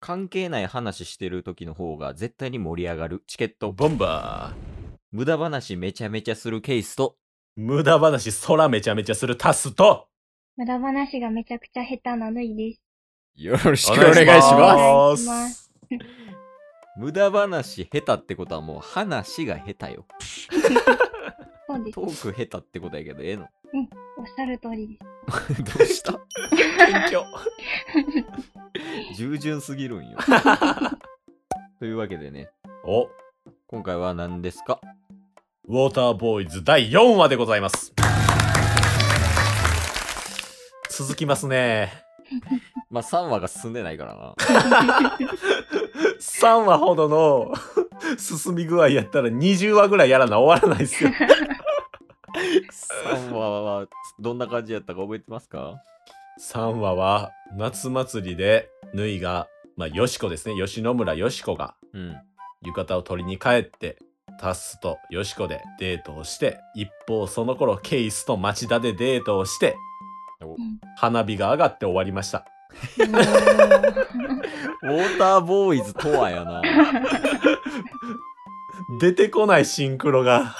関係ない話してる時の方が絶対に盛り上がるチケットボンバー無駄話めちゃめちゃするケースと無駄話空めちゃめちゃするタスと無駄話がめちゃくちゃ下手なぬいです。よろしお願いしますお願いします無駄話下手ってことはもう話が下手よそうです。トーク下手ってことやけどええのおっしゃる通りです。どうした勉強従順すぎるんよというわけでねおウ今回は何ですかォーターボーイズ第4話でございます続きますねまあ3話が進んでないからな3話ほどの進み具合やったら20話ぐらいやらな終わらないっす よ3話はどんな感じやったか覚えてますか3話は夏祭りでぬいがまあよしこですね吉野村よしこがうん浴衣を取りに帰ってタッスとよしこでデートをして一方その頃ケイスと町田でデートをしてお花火が上がって終わりましたウォーターボーイズとはやな出てこないシンクロが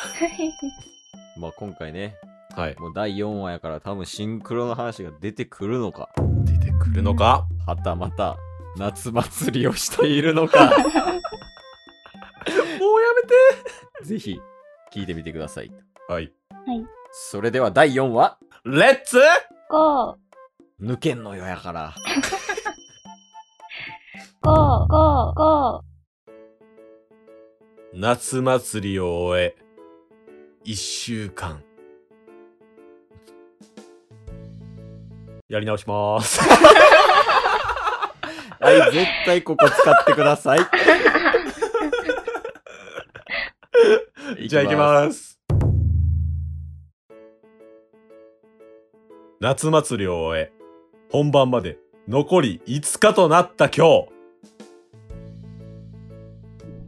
まあ今回ねはいもう第4話やから多分シンクロの話が出てくるのか出てくるのかはたまた夏祭りをしているのか もうやめてぜひ聞いてみてくださいはいそれでは第4話レッツ ゴー、抜けんのよやからゴー、ゴー、ゴー。夏祭りを終え一週間やり直しまーすはい絶対ここ使ってください じゃあ行きます夏祭りを終え本番まで残り5日となった今日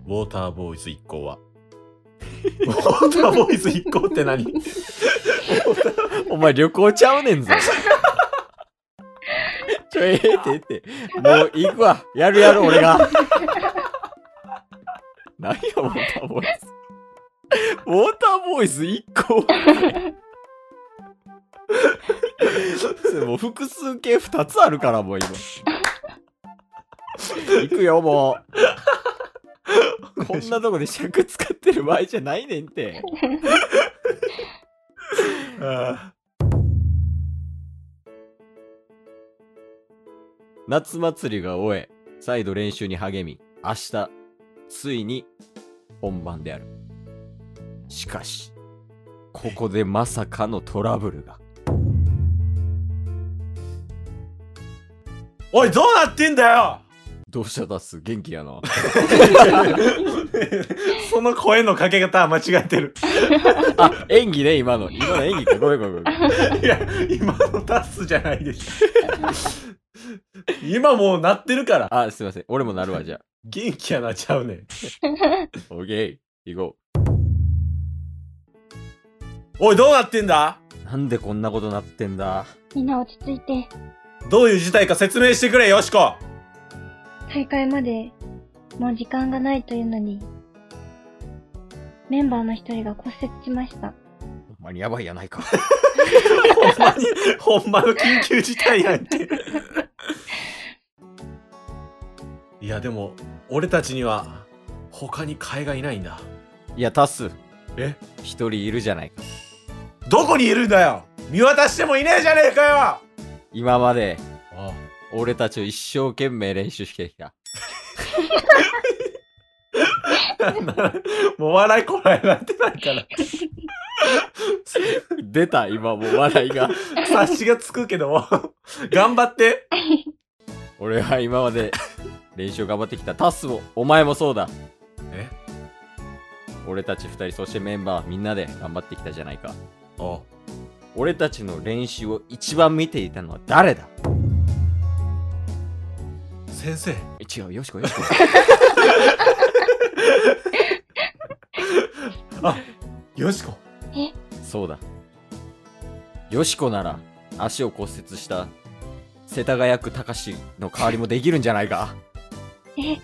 ウォーターボーイズ一行はウォーターボーイズ一行って何お前旅行ちゃうね んぞ。ちょ、ええってええって。もう行くわ。やるやる、俺が。何や、ウォーターボーイズ。ウォーターボーイズ1個。それもう複数形2つあるから、もう今。行くよ、もう。こんなとこで尺使ってる場合じゃないねんて。あ夏祭りが終え、再度練習に励み、明日、ついに本番である。しかし、ここでまさかのトラブルが。ーおいどうなってんだよ どうしただっす元気やな。その声のかけ方は間違えてる。あ、演技ね、今の。今の演技か。ごめんごめんごめん。いや、今のタスじゃないでしょ。今もう鳴ってるから。あ、すいません。俺もなるわ、じゃあ。元気やなちゃうねん。オッケー。行こおい、どうなってんだう。なんでこんなことなってんだ。 みんな落ち着いて、どういう事態か説明してくれ、よしこ。大会まで、もう時間がないというのに、メンバーの一人が骨折しま した。ほんまにやばいやないか。ほんまに、ほんまの緊急事態やんけ。いや、でも、俺たちには、他に替えがいないんだ。いや、タス。え一人いるじゃないか。どこにいるんだよ見渡してもいねえじゃねえかよあ今まで、あ。 俺たちを一生懸命練習してきた。もう笑いこらえられてないから。出た、今もう笑いが。察しがつくけども、頑張って。俺は今まで練習を頑張ってきたタスもお前もそうだえ俺たち2人そしてメンバーみんなで頑張ってきたじゃないかあ俺たちの練習を一番見ていたのは誰だ先生。え違うよしこよしこよしこ。 そうだよしこなら足を骨折した世田谷区高志の代わりもできるんじゃないかえ、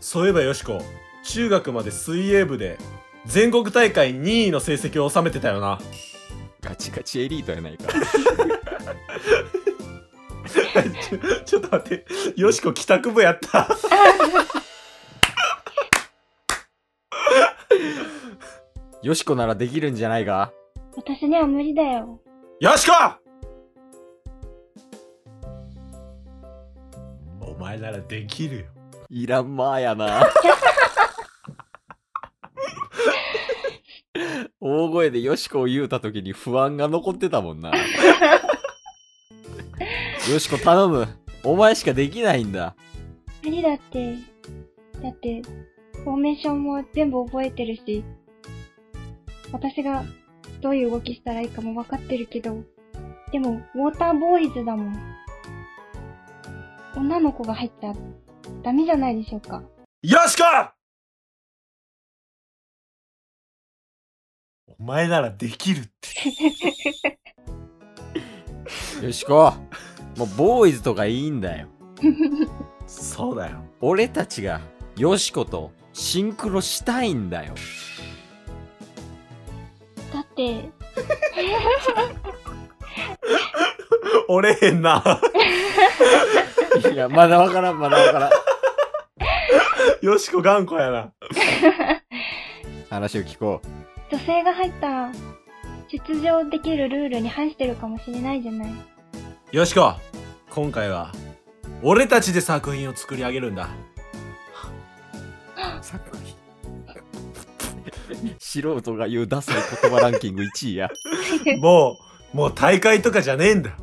そういえばよしこ中学まで水泳部で全国大会2位の成績を収めてたよな ガチガチエリートやないか。ちょちょっと待ってよしこ帰宅部やったよしこならできるんじゃないか私には無理だよ。よしこお前ならできるよいらんまーやな。大声でよしこを言うたときに不安が残ってたもんな。よしこ頼む。お前しかできないんだ。無理だって。だって、フォーメーションも全部覚えてるし、私がどういう動きしたらいいかも分かってるけど、でも、ウォーターボーイズだもん。女の子が入ったらダメじゃないでしょうか。よしこお前ならできるってよしこ、もうボーイズとかいいんだよ。そうだよ俺たちがよしことシンクロしたいんだよ。だって、折れへんな いや、まだわからん、まだわからん。よしこ頑固やな話を聞こう。女性が入ったら、出場できるルールに反してるかもしれないじゃない。よしこ今回は俺たちで作品を作り上げるんだ作品。素人が言うダサい言葉ランキング1位や。 もうもう大会とかじゃねえんだ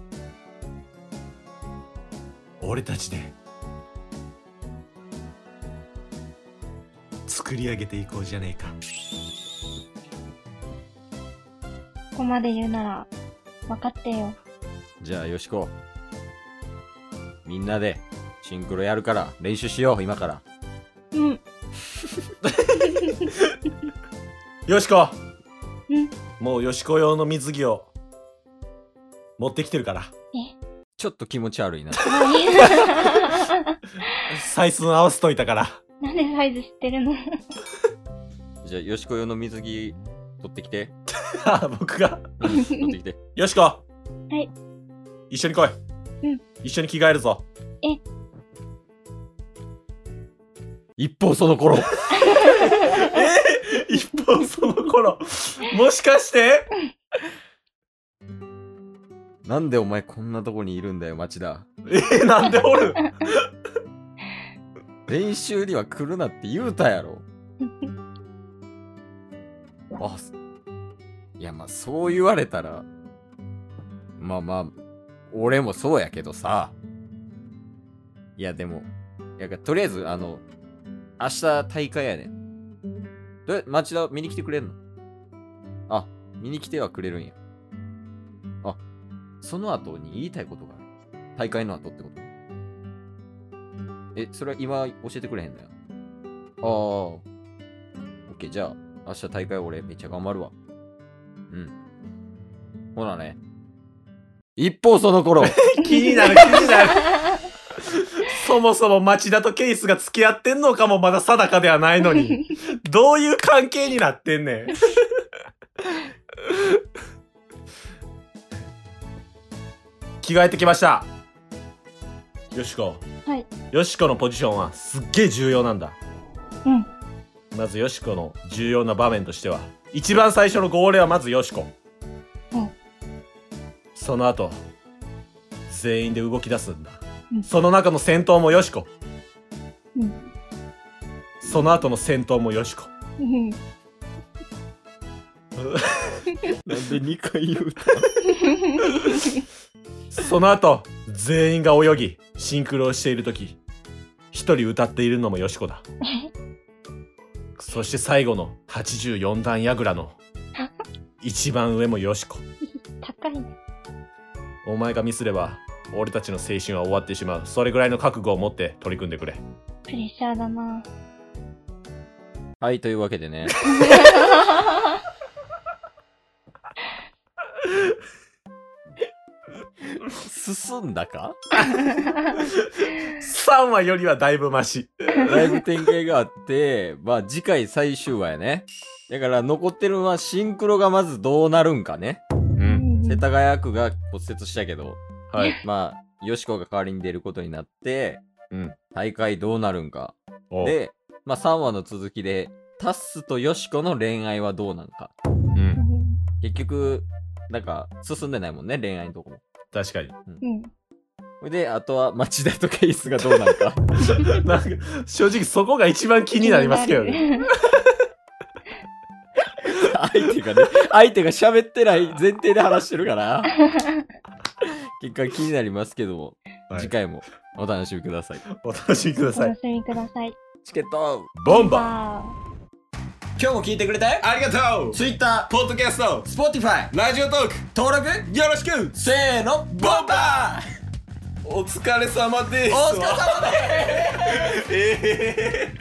俺たちで作り上げていこうじゃねえかここまで言うなら、分かってよ。じゃあ、よしこ。みんなでシンクロやるから練習しよう、今から。うん、よしこうん。もうよしこ用の水着を持ってきてるからちょっと気持ち悪いな。あいい採寸合わせといたから なんでサイズ知ってるの じゃあ、よしこ用の水着取ってきて。あ 僕がうん取ってきて。よしこはい一緒に来いうん一緒に着替えるぞ一方その頃。一方その頃もしかしてなんでお前こんなとこにいるんだよ、町田。えー、なんでおる練習には来るなって言うたやろ。あ、すいやまあそう言われたら、まあまあ、俺もそうやけどさ。いやでも、いやとりあえずあの、明日大会やねん。どうや町田見に来てくれんのあ、見に来てはくれるんや。あ、その後に言いたいことがある。大会の後ってことえ、それは今教えてくれへんのや。ああ。オッケー、じゃあ、明日大会俺めっちゃ頑張るわ。うん。ほらね。一方その頃、気になる気になるそもそも町田とケイスが付き合ってんのかもまだ定かではないのにどういう関係になってんねん着替えてきましたよしこはいよしこのポジションはすっげえ重要なんだうんまずよしこの重要な場面としては一番最初の号令はまずよしこうんその後全員で動き出すんだ、うんその中の戦闘もよしこうんその後の戦闘もよしこうんなんで2回言うその後全員が泳ぎシンクロをしている時一人歌っているのもよしこだそして最後の84段櫓の一番上もよしこ高いねお前がミスれば俺たちの青春は終わってしまうそれぐらいの覚悟を持って取り組んでくれプレッシャーだなはい、というわけでね。進んだか3話よりはだいぶマシ。だいぶ展開があって、まあ次回最終話やね。だから残ってるのはシンクロがまずどうなるんかね。うん。うん世田谷区が骨折したけど、はい。まあ、よしこが代わりに出ることになって、うん。大会どうなるんか。おうで、まあ3話の続きで、タッスとよしこの恋愛はどうなんか。うん。結局、なんか進んでないもんね、恋愛のとこも。確かに。うん。それで、あとは町田とケイスがどうなる か。なんか、正直そこが一番気になりますけ どね。ね。相手がね、相手が喋ってない前提で話してる から、結果気になりますけども、はい次回もお楽しみください。お楽しみくだおさい。楽しみください。チケットボンバーバー。今日も聞いてくれてありがとう Twitter、ポッドキャスト Spotify、ラジオトーク登録よろしくせーの、ボンバーお疲れ様ですお疲れ様ですええ